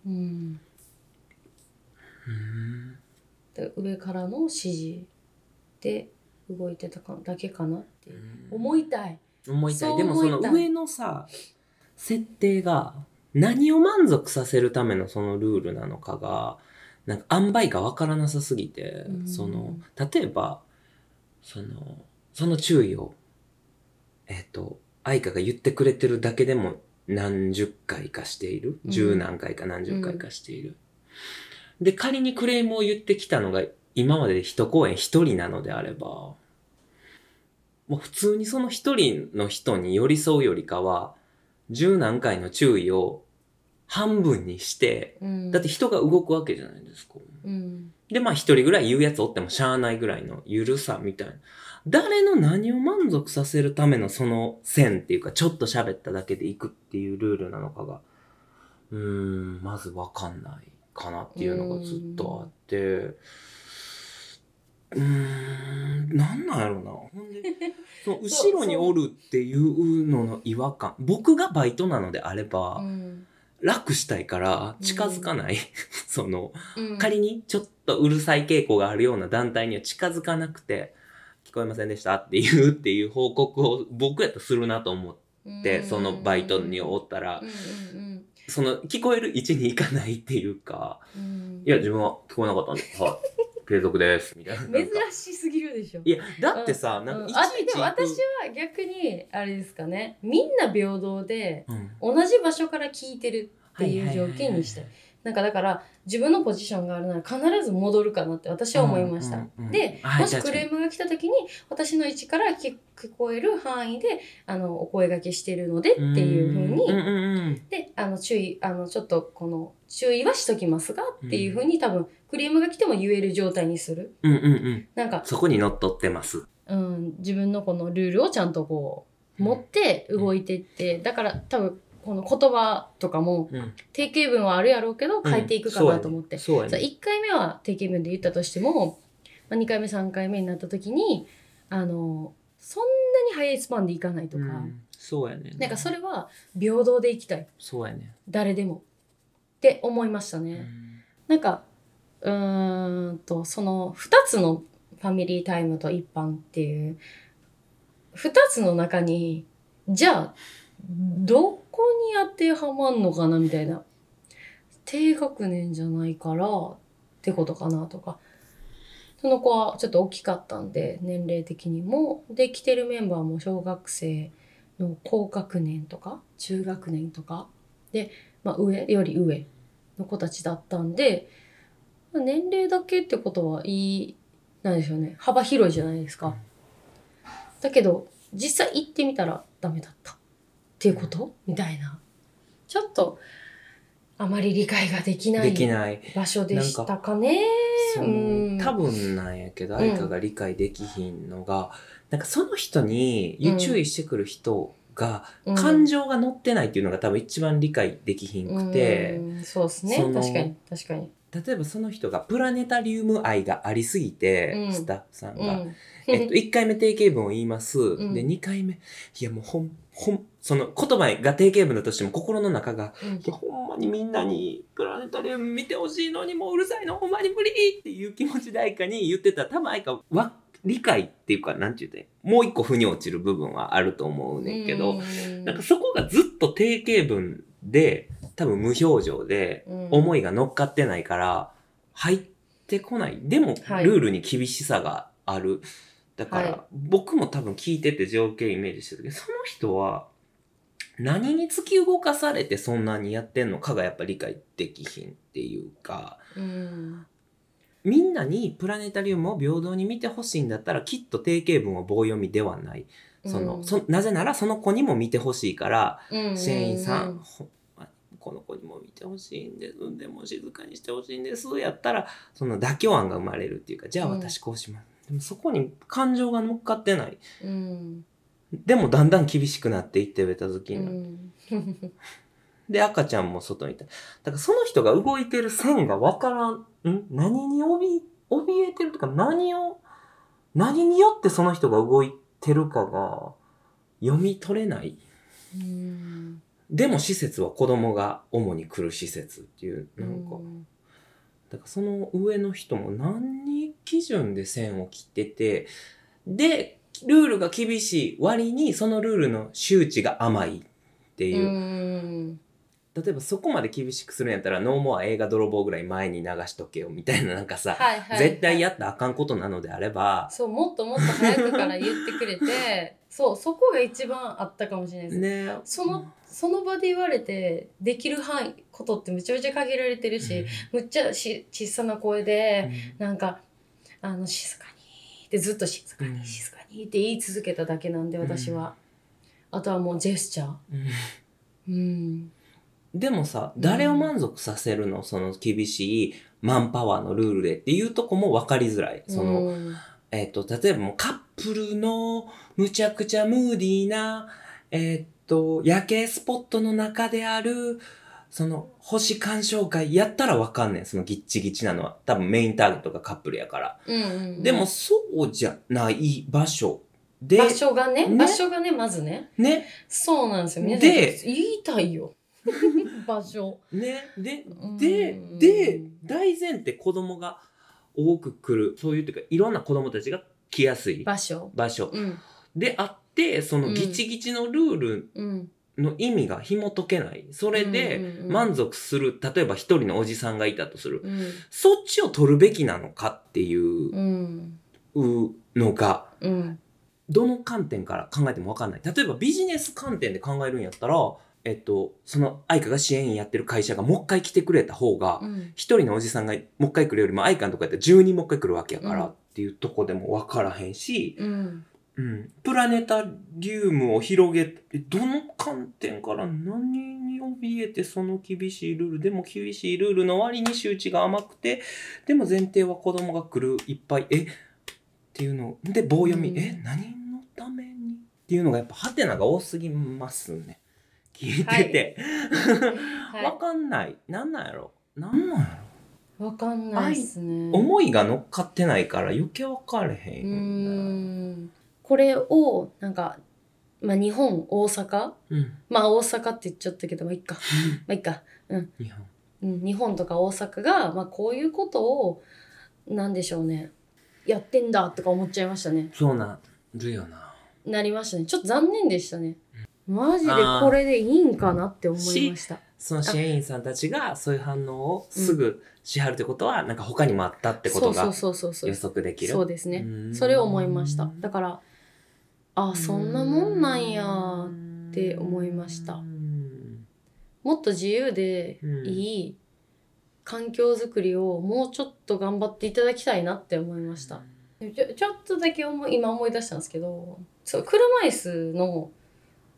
う
う
ん
ん
で上からの指示で動いてたかだけかなっていう、思いたい
思いた
そ
いうでも
思
そ
いたい
の上のさ設定が何を満足させるためのそのルールなのかがなんか塩梅が分からなさすぎて、
うん
その例えばそのその注意をえっ、と愛花が言ってくれてるだけでも何十回かしている
うん
十、何回か何十回かしている、で仮にクレームを言ってきたのが今まで一公演一人なのであればもう普通にその一人の人に寄り添うよりかは、十何回の注意を半分にして、
うん
だって人が動くわけじゃないですか。
うん
で、まあ一人ぐらい言うやつおってもしゃあないぐらいのゆるさみたいな。誰の何を満足させるためのその線っていうか、ちょっと喋っただけでいくっていうルールなのかが、うーん、まずわかんないかなっていうのがずっとあって、うーん、なんなんやろな。ほん で、その後ろにおるっていうのの違和感。僕がバイトなのであれ
う
ば、
ん
楽したいから近づかない。 その、
うん
仮にちょっとうるさい傾向があるような団体には近づかなくて、聞こえませんでしたっていうっていう報告を僕やったらするなと思って、そのバイトにおったら
う、ん
その聞こえる位置に行かないっていうか、
うんうん
いや、自分は聞こえなかったんで、 はい、継続です、みたいな。なんか
珍しすぎるでしょ
いや、だってさ、なんかい
あ
ちい
で
ち
も
行く。
私は逆にあれですかねみんな平等で
うん
同じ場所から聞いてるっていう条件にしたい
ははは
なんかだから自分のポジションがあるなら必ず戻るかなって私は思いました。
うんうんうん
で、
はい
もしクレームが来た時に私の位置から聞聞こえる範囲であのお声掛けしてるのでっていうふうに、
んうんうん
であの注意あのちょっとこの注意はしときますがっていうふうに多分クレームが来ても言える状態にする。
うんうんうん。
なんか、
そこに乗っ取ってます。
うん、自分のこのルールをちゃんとこう持って動いてって、だから多分この言葉とかも
うん、
定型文はあるやろうけど変えていくかなと思って、
そうや
そう
ね。
1回目は定型文で言ったとしても、まあ、2回目3回目になった時にあのそんなに早いスパンでいかないとか、
うんそうやね。
なんかそれは平等でいきたい
そうやね。
誰でもって思いましたね。
うん
なんかうーんとその2つのファミリータイムと一般っていう2つの中にじゃあどこに当てはまんのかなみたいな低学年じゃないからってことかなとかその子はちょっと大きかったんで年齢的にもで来てるメンバーも小学生の高学年とか中学年とかで、まあ、上より上の子たちだったんでまあ年齢だけってことはいいなんでしょうね幅広いじゃないですか、
うん
だけど実際行ってみたらダメだったっていうことみたいなちょっとあまり理解ができな
で
い
きない。
場所でしたかね
そうの
ん
多分なんやけど、誰かが理解できひんのが、なんかその人にゆ注意してくる人が、
うん
感情が乗ってないっていうのが多分一番理解できひんくて、
うんそうですね
その
確かに確かに、
例えばその人がプラネタリウム愛がありすぎて、
うん
スタッフさん
う
が、
ん、
えっと、1回 目定型文を言います。
ん
で、2回目、いやもうほん、ほん、その言葉が定型文だとしても心の中が、
うん
いやほんまにみんなにプラネタリウム見てほしいのにもううるさいのほんまに無理っていう気持ちで愛花に言ってたら多分愛花は理解っていうか、なんて言うて、もう一個腑に落ちる部分はあると思うねんけど、
うん
なんかそこがずっと定型文で、多分無表情で、
うん
思いが乗っかってないから入ってこないでもル
はい
ールに厳しさがある、だから、
はい
僕も多分聞いてて情景イメージしてるけどその人は何に突き動かされてそんなにやってんのかがやっぱ理解できひんっていうか
うん
みんなにプラネタリウムを平等に見てほしいんだったらきっと定型文は棒読みではないその、
うん
そなぜならその子にも見てほしいから
うん
船員さん、ほんまにこの子にも見てほしいんですでも静かにしてほしいんですやったらその妥協案が生まれるっていうかじゃあ
うん
私こうします、でもそこに感情が乗っかってない
うん
でもだんだん厳しくなっていってベタ好き
う
になる、
ん
で赤ちゃんも外にいただからその人が動いてる線がわからんん何に怯怯えてるとか何を何によってその人が動いてるかが読み取れない
うん
でも施設は子供が主に来る施設っていうなんか、
うん
だからその上の人も何基準で線を切っててでルールが厳しい割にそのルールの周知が甘いっていう、
うん
例えばそこまで厳しくするんやったら「ノーモア映画泥棒ぐらい前に流しとけよ」みたいななんかさ、
はいはい
絶対やったらあかんことなのであれば
そうもっともっと早くから言ってくれてそうそこが一番あったかもしれないです、
ね
そのその場で言われてできる範囲ことってめちゃめちゃ限られてるし、むっちゃし小さな声で、なんかあの静かにってずっと静か
うん
に静かにって言い続けただけなんで
ん
私は、あとはもうジェスチャー
うんうん
うん
でもさ、
うん
誰を満足させるのその厳しいマンパワーのルールでっていうとこも分かりづらい。その、
うん
えっ、と、例えばもうカップルのむちゃくちゃムーディーな、えっ、と、夜景スポットの中である、その、星鑑賞会やったらわかんねん。そのギッチギチなのは。多分メインターゲットがカップルやから。
うんうん
でもそうじゃない場所で、
場所がね
ね
場所がねまずね
ね、
そうなんですよ皆さん
で
言いたいよ 場所
ね、で
う、ん
で、で、大前提子供が多く来る、そういうというか、いろんな子供たちが来やすい
場所
場所
うん
であって、そのギチギチのルール
うん
の意味が紐解けない。それで
うんうんうん
満足する、例えば一人のおじさんがいたとする。
うん
そっちを取るべきなのかっていう
うん
のが、
うん
どの観点から考えてもわかんない。例えばビジネス観点で考えるんやったら、えっと、その愛花が支援員やってる会社がもう一回来てくれた方が、
うん
一人のおじさんがもう一回来るよりも愛花のとこやったら10人もう一回来るわけやから
うん
っていうとこでも分からへんし、
うん
うん、プラネタリウムを広げえどの観点から何に怯えてその厳しいルールでも厳しいルールの割に周知が甘くてでも前提は子供が来るいっぱいえっていうので棒読み、
うん
え何のためにっていうのがやっぱハテナが多すぎますね聞いてて、わ
は
かんないなんなんやろなんなんやろ
いわかんないですね
思いが乗っかってないから余計分かれへ。
うんんこれをなんかまあ日本大阪
うん。
まあ大阪って言っちゃったけどまあいっかまあいっか
日本。
うん、日本とか大阪が、まあ、こういうことをなんでしょうねやってんだとか思っちゃいましたね
そうなるよな。
なりましたねちょっと残念でしたねマジでこれでいいんかなって思いました
その支援員さんたちがそういう反応をすぐしはるってことは、なんか他にもあったってこ
そ
と
うそう
が
そうそうそ
予
う
測できる。
そうですね
ね
それを思いましただからあそんなもんなんやって思いました
うん
もっと自由でいい環境づくりをもうちょっと頑張っていただきたいなって思いましたちょちょっとだけ思い今思い出したんですけどそう車椅子の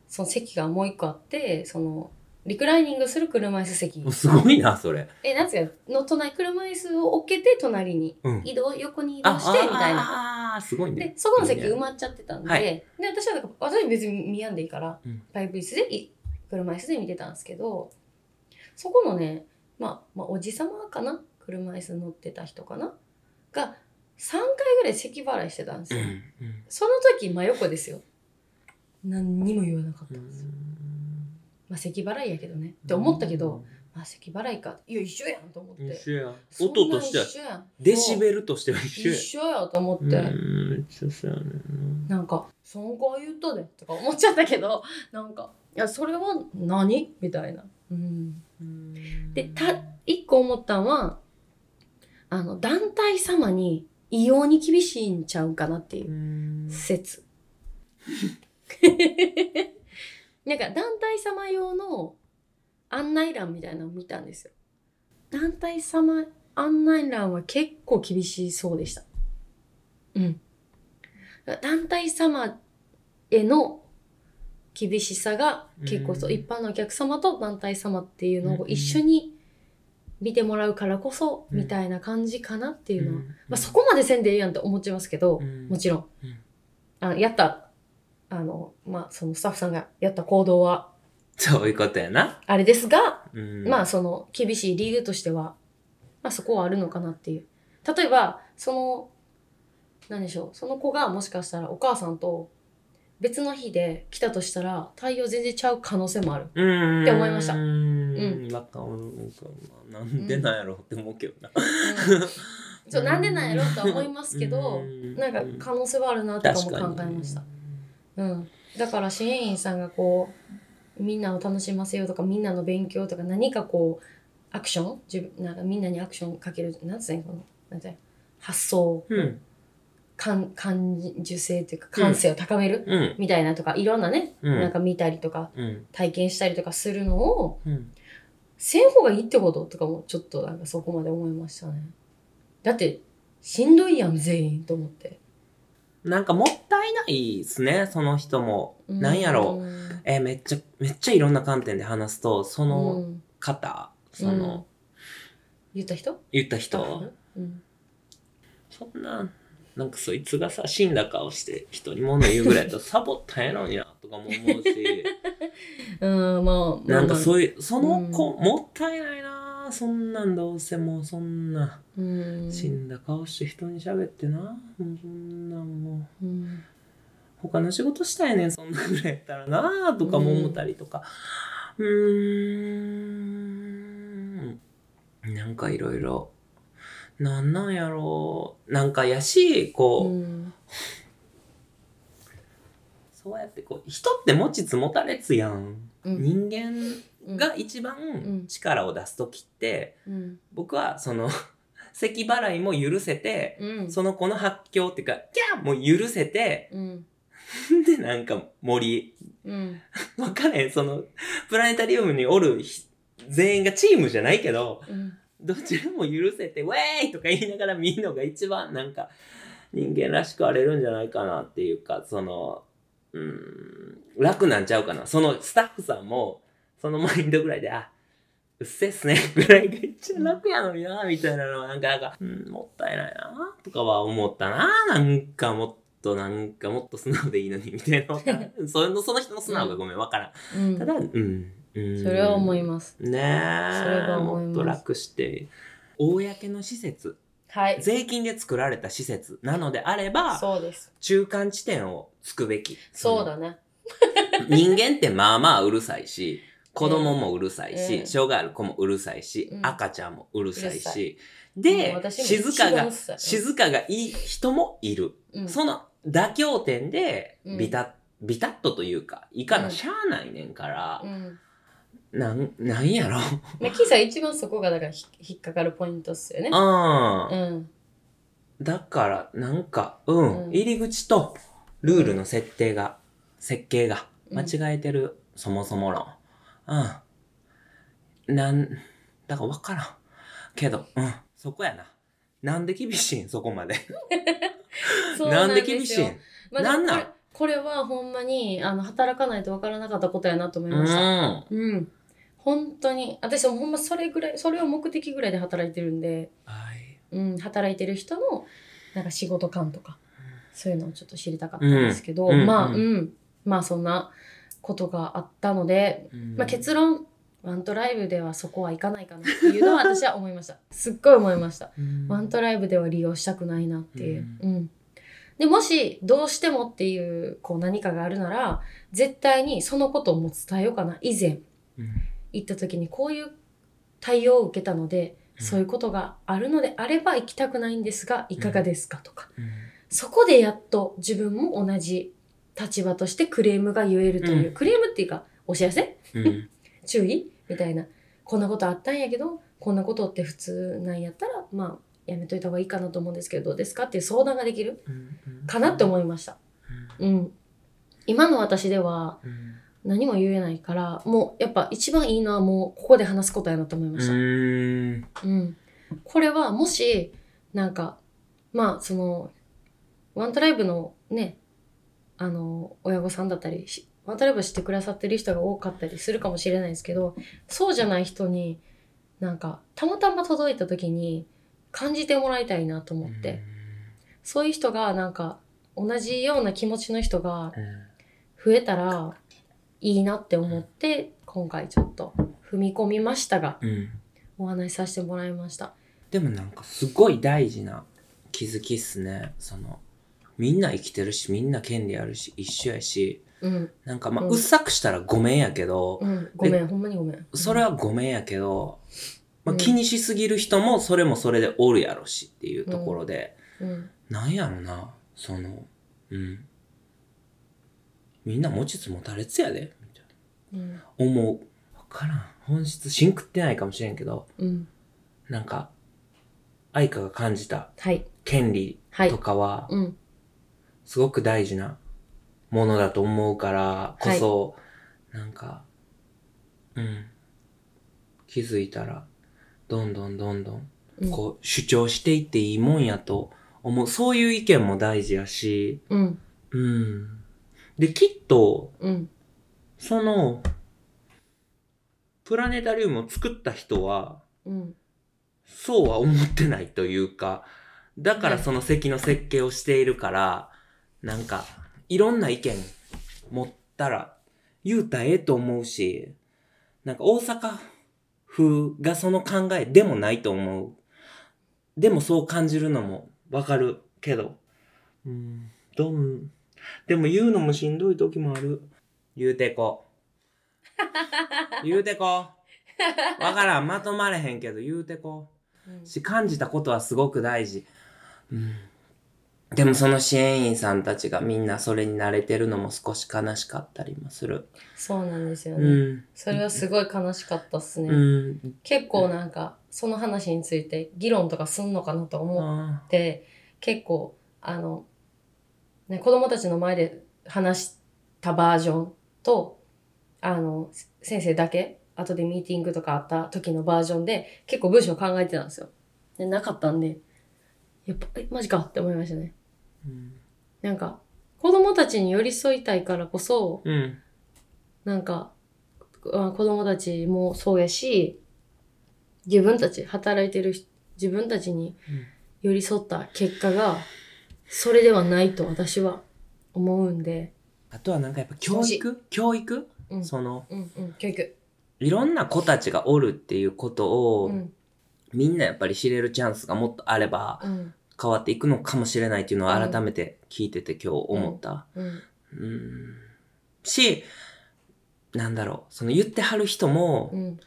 その席がもう一個あってそのリクライニングする車椅子席
おすごいな、それ。
えなんつうかの隣車椅子を置けて隣に
うん。
移動横に移動してみたいな。
な。あーすごいね
で。そこの席
いいね
埋まっちゃってたんで
はい
で私はだから私は別に見やんでいいから、
うん
パイプ椅子でい車椅子で見てたんですけどそこのね、まあ、まあおじさまかな車椅子乗ってた人かなが3回ぐらい咳払いしてたんです
うん
よ。
うん
その時真横ですよ何にも言わなかったんですよ、まあ咳払いやけどねって思ったけど、まあ咳払いかいや一緒やんと思っ
うん。
て
一緒や。
そんな
音としては、
一緒やん
デシベルとしては一緒
一
や。
緒やと思って、
うん、めっちゃそうやねんな。
なんか「そん回言ったで」とか思っちゃったけど なんか「いやそれは何?」みたいな、うん、でた一個思ったんはあの団体様に異様に厳しいんちゃうかなっていう
うん
説 なんか団体様用の案内欄みたいなのを見たんですよ団体様案内欄は結構厳しそうでしたうん団体様への厳しさが結構そう、
うん
一般のお客様と団体様っていうの
うんう
を
ん
一緒に見てもらうからこそ
うん
みたいな感じかなっていうのは、
うん
まあ、そこまでせんでええやんって思っちゃいますけど、
うん
もちろん
うん。
あのやった、あの、まあ、そのスタッフさんがやった行動は、
そういうことやな。
あれですが、
うん
まあ、その、厳しい理由としては、まあ、そこはあるのかなっていう。例えば、その、何でしょう、その子がもしかしたらお母さんと別の日で来たとしたら、対応全然ちゃう可能性 もある。
うん、
って思いました
うん
ん。
なんか、うんなんでなんやろうって思うけどな。
うん、そうなんでなんやろとは思いますけど
う、ん
なんか可能性はあるなとかも考えました。。うん、だから支援員さんがこうみんなを楽しませようとかみんなの勉強とか何かこうアクション自分なんかみんなにアクションかけるなんつうのこのなんていうの発想
確かにうん。
感感受性というか感性を高める、
うん。
みたいなとかいろんなね、
うん
なんか見たりとか
うん。
体験したりとかするのを
うん。
せん方がいいってこととかもちょっとなんかそこまで思いましたね。だってしんどいやん全員と思って。
なんかもったいないですね、その人も。
うん
なんやろえ、めっちゃ、めっちゃいろんな観点で話すと、そうの
ん、
方、そ
うん
の、
言った人
言った人、
うん
そんな、なんかそいつがさ、死んだ顔して人に物言うぐらいだ とサボったんやろにな、とかも思う し。
うん、まあ、
なんか
う、
そういう、その子、もったいないなぁそんなんどうせもうそんな、
うん、
死んだ顔して人に喋ってな。もうそんなんもう、
うん
他の仕事したいねん、そんなんぐらいやったらなぁとかも思ったりとか。うーん。なんかいろいろ、なんなんやろう。なんかやし、こう、
うん
そうやってこう、人って持ちつ持たれつやん。
う
人
ん
間が一
う
番
ん
力を出す時って、
うん
僕はその 咳払いも許せて、
うん
その子の発狂っていうか「キャー!」も許せて
うん
で、なんか森、
うん。
わかんへん、その、プラネタリウムにおるひ全員がチームじゃないけど、
うん。
どちらも許せて、ウェーイとか言いながら見るのが一番なんか人間らしく荒れるんじゃないかなっていうか、その、うーん、楽なんちゃうかな。そのスタッフさんも、そのマインドぐらいで、あ、うっせっすね、ぐらいが一番楽やのにな、みたいなのは、なんか、なんか、うん、もったいないな、とかは思ったな、なんかもっと、なんかもっと素直でいいのに、みたいな。そのその人の素直がごめん、わからん。
うん
ただ、うん。うん、
それは思います。
ねえ
それは思います
もっと楽して公の施設
はい。
税金で作られた施設なのであれば
そうです。
中間地点をつくべき
そうだね。
その 人間ってまあまあうるさいし子供もうるさいし、
うん
障害ある子もうるさいし、
うん
赤ちゃんもうるさいう
るさ
し
うん
で
私も
静か
一番う
が
っさい
静かがいい人もいる、
うん。
その妥協点で
うん
ビタッ、ビタッとというかいか
う
なんしゃあないねんから
う、ん。
なんなんや ろ
まあ、キーさん一番そこがだからひ引っかかるポイントっすよね。
うん
うん。
だから、なんか、うん、
うん
入り口とルールの設定が、設計が
うん
間違えてる、そもそも論。うん。なん、だから分からん。けど、うん、そこやな。なんで厳しいんそこまで。
そう
なんで
よ
厳しいん
まあでも
なんなん
これこれはほんまにあの働かないとわからなかったことやなと思いうました。
ん。
うん。本当に私ほんまそれぐらいそれを目的ぐらいで働いてるんで、
はい。
うん、働いてる人のなんか仕事感とかそういうのをちょっと知りたかった
うんん
ですけど、
うん
まあ、
う
うんんまあそんなことがあったので、まあ、結論ワントライブではそこはいかないかなっていうのは私は思いました すっごい思いました
うん、
ワントライブでは利用したくないなっていう、
う
うんでもしどうしてもっていうこう何かがあるなら絶対にそのことをもう伝えようかな以前
うん
行った時にこういう対応を受けたので、
うん
そういうことがあるのであれば行きたくないんですがいかがですかとか、
うん
そこでやっと自分も同じ立場としてクレームが言えるという、
うん
クレームっていうかお知らせ
うん。
注意みたいなこんなことあったんやけどこんなことって普通なんやったらまあやめといた方がいいかなと思うんですけどどうですかっていう相談ができるかなって思いましたうん今の私では
うん。
何も言えないからもうやっぱ一番いいのはもうここで話すことやなと思いま
う
した
ーん。
うん、これはもしなんかまあそのワントライブのねあの親御さんだったりしワントライブしてくださってる人が多かったりするかもしれないですけどそうじゃない人になんかたまたま届いた時に感じてもらいたいなと思って、そういう人がなんか同じような気持ちの人が
うん。
増えたらいいなって思って今回ちょっと踏み込みましたが
うん。うん
お話しさせてもらいました。
でもなんかすごい大事な気づきっすね。その、みんな生きてるし、みんな権利あるし、一緒やし、
うん
なんかまあ、
う
うんっさくしたらごめんやけど、
うん、ごめん、ほんまにごめん。
それはごめんやけど、まあ、
うん
気にしすぎる人もそれもそれでおるやろしっていうところで、
うん、
なんやろな、その、うん。みんな持ちつ持たれつやで、みたいな。
うん、
思う。わからん。本質、シンクってないかもしれんけど、
うん、
なんか、愛花が感じた
はい、
権利
はい
と、かは、
うん、
すごく大事なものだと思うからこそ、なんか、うん、気づいたら、どんどんどんどん、
うん
こう、主張していっていいもんやと思う。そういう意見も大事やし、
うん、
うん。で、きっと、
うん、
その、プラネタリウムを作った人は、
うん、
そうは思ってないというか、だからその席の設計をしているから、なんか、いろんな意見持ったら、言うたらええと思うし、なんか大阪風がその考えでもないと思う。でもそう感じるのもわかるけど、うん、どん、でも言うのもしんどい時もある。言うてこ。 言うてこ。わからん、まとまれへんけど言うてこ。し感じたことはすごく大事、うん、でもその支援員さんたちがみんなそれに慣れてるのも少し悲しかったりもする
そうなんですよ
う
ね。
ん
それはすごい悲しかったっすね。
うん
結構なんか、その話について議論とかすんのかなと思っ
あ
て、結構、あの、ね、子供たちの前で話したバージョンと、あの、先生だけ、後でミーティングとかあった時のバージョンで、結構文章考えてたんですよ。で、なかったんで、やっぱ、え、マジかって思いましたね。
うん。
なんか、子供たちに寄り添いたいからこそ、
うん。
なんか、あ子供たちもそうやし、自分たち、働いてる人自分たちに
うん
寄り添った結果が、それではないと私は思うんで、
あとはなんかやっぱ教育教育、
うん、
その、
うん、うん、教育。
いろんな子たちがおるっていうことを、
うん、
みんなやっぱり知れるチャンスがもっとあれば
うん、
変わっていくのかもしれないっていうのは改めて聞いてて今日思った。
うん、
うん。し、なんだろう、その言ってはる人も、
うん、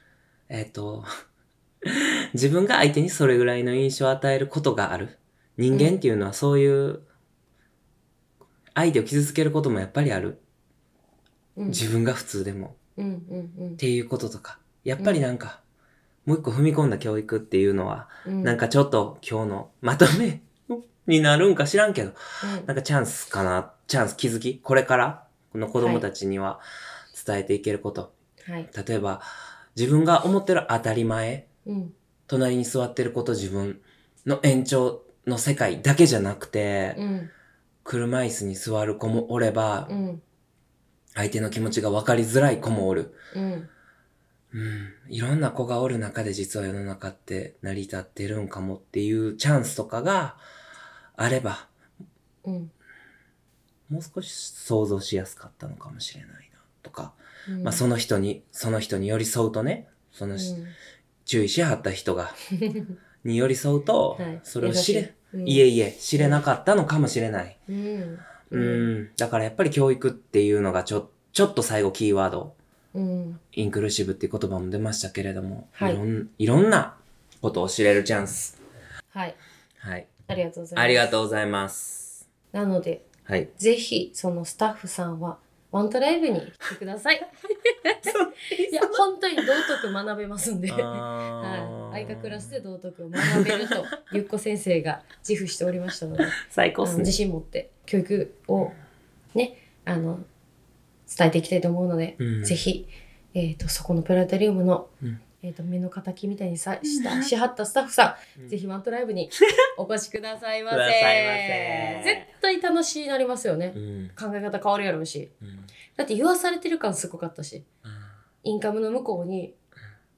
えっ、と、 自分が相手にそれぐらいの印象を与えることがある。人間っていうのはそういう、相手を傷つけることもやっぱりある。
うん、
自分が普通でも。
うん、うん、うん
っていうこととか。やっぱりなんか、もう一個踏み込んだ教育っていうのは、
うん、
なんかちょっと今日のまとめ になるんか知らんけど、
うん、
なんかチャンスかな、チャンス気づき、これから、この子供たちには伝えていけること。
はい、
例えば、自分が思ってる当たり前、
うん、
隣に座ってること自分の延長の世界だけじゃなくて、
うん、
車椅子に座る子もおれば、
うん、
相手の気持ちが分かりづらい子もおる。
うん、
うん。いろんな子がおる中で実は世の中って成り立ってるんかもっていうチャンスとかがあれば、
うん、
もう少し想像しやすかったのかもしれないな、とか。
うん、
まあ、その人に、その人に寄り添うとね、そのし、注意しはった人 が、に寄り添うと、
うん、はい、
それを知れ、
優しい、
いえいえ、知れなかったのかもしれない。
うん、
う
うん、
ん。だからやっぱり教育っていうのがちょ、ちょっと最後キーワード、
うん、
インクルーシブっていう言葉も出ましたけれども、
はい
ろん、いろんなことを知れるチャンス。
はい、
はい。
ありがとうございます。
ありがとうございます。
なので、
はい。
ぜひ、そのスタッフさんは、ワントライブに来てください。いや、本当に道徳学べますんで。 はい。
は
愛化クラスで道徳を学べると、ゆっこ先生が自負しておりましたので、
最高
あ
っ
の
す
自
ね。
信持って教育をね、あの、伝えていきたいと思うので、
うん
ぜひ、えっ、と、そこのプラネタリウムの、
うん
えっ、と、目の敵みたいにさした、しはったスタッフさん、
うん
ぜひワントライブにお越しください ま
く
せ。
ださいませ
絶対楽しいなりますよね。
うん。
考え方変わるやろうし
うん
だって言わされてる感すごかったし
あ
インカムの向こうに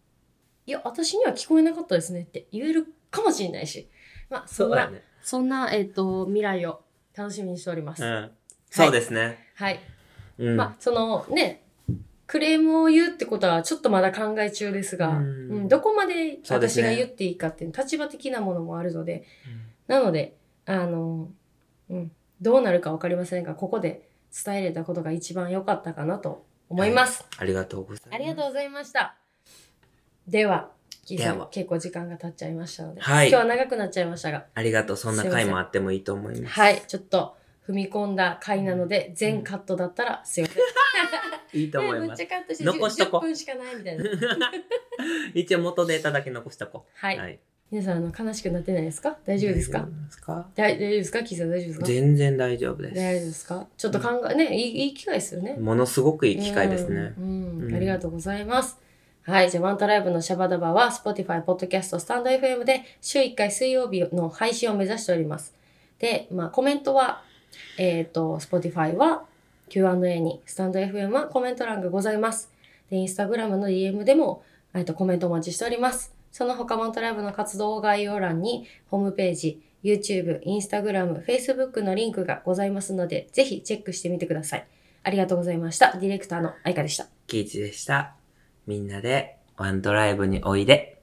「いや私には聞こえなかったですね」って言えるかもしれないしまあ
ーそ
そん
う
な
だ
そ,、
ね。
んな、えっと未来を楽しみにしております、
うん。そうですね。
はい、
うん。
まあそのねクレームを言うってことはちょっとまだ考え中ですが、
う
うんんどこまで
そうです
私
ね
が言っていいかっていう立場的なものもあるのでなので、あの、うん、どうなるかわかりませんが、ここで伝えれたことが一番良かったかなと思います。
ありがとうございます。
ありがとうございました。では、キーさ
では
ん、結構時間が経っちゃいましたので、
はい
今日は長くなっちゃいましたが、
ありがとう。そんな回もあってもいいと思います。
はい、ちょっと踏み込んだ回なので、全カットだったらすいません。
いいと思
ね
い
め
ま
っち
す
ゃ。カットして
残しとこ
10分しかないみた いな。
一応元データだけ残しとこう。
はい。
い。
皆さん、あの悲しくなってないですか大丈夫です
大
か
丈夫ですか
大大丈夫ですかキーさん、大丈夫ですか
全然大丈夫
大丈夫
で。
ですすかちょっと考え、ね、いいいい機会ですよね。
ものすごくいい機会ですね。
うん。うん
うん
ありがとうございます。はい。じゃあ、ワントライブのシャバダバは、Spotify、Podcast、スタンド FM で、週1回水曜日の配信を目指しております。で、まあ、コメントは、えっ、と、Spotify は Q&A に、スタンド FM はコメント欄がございます。で、Instagram の DM でも、えっと、コメントお待ちしております。その他、ワントライブの活動概要欄に、ホームページ、YouTube、Instagram、Facebook のリンクがございますので、ぜひチェックしてみてください。ありがとうございました。ディレクターの愛花でした。
キイチでした。みんなでワンドライブにおいで。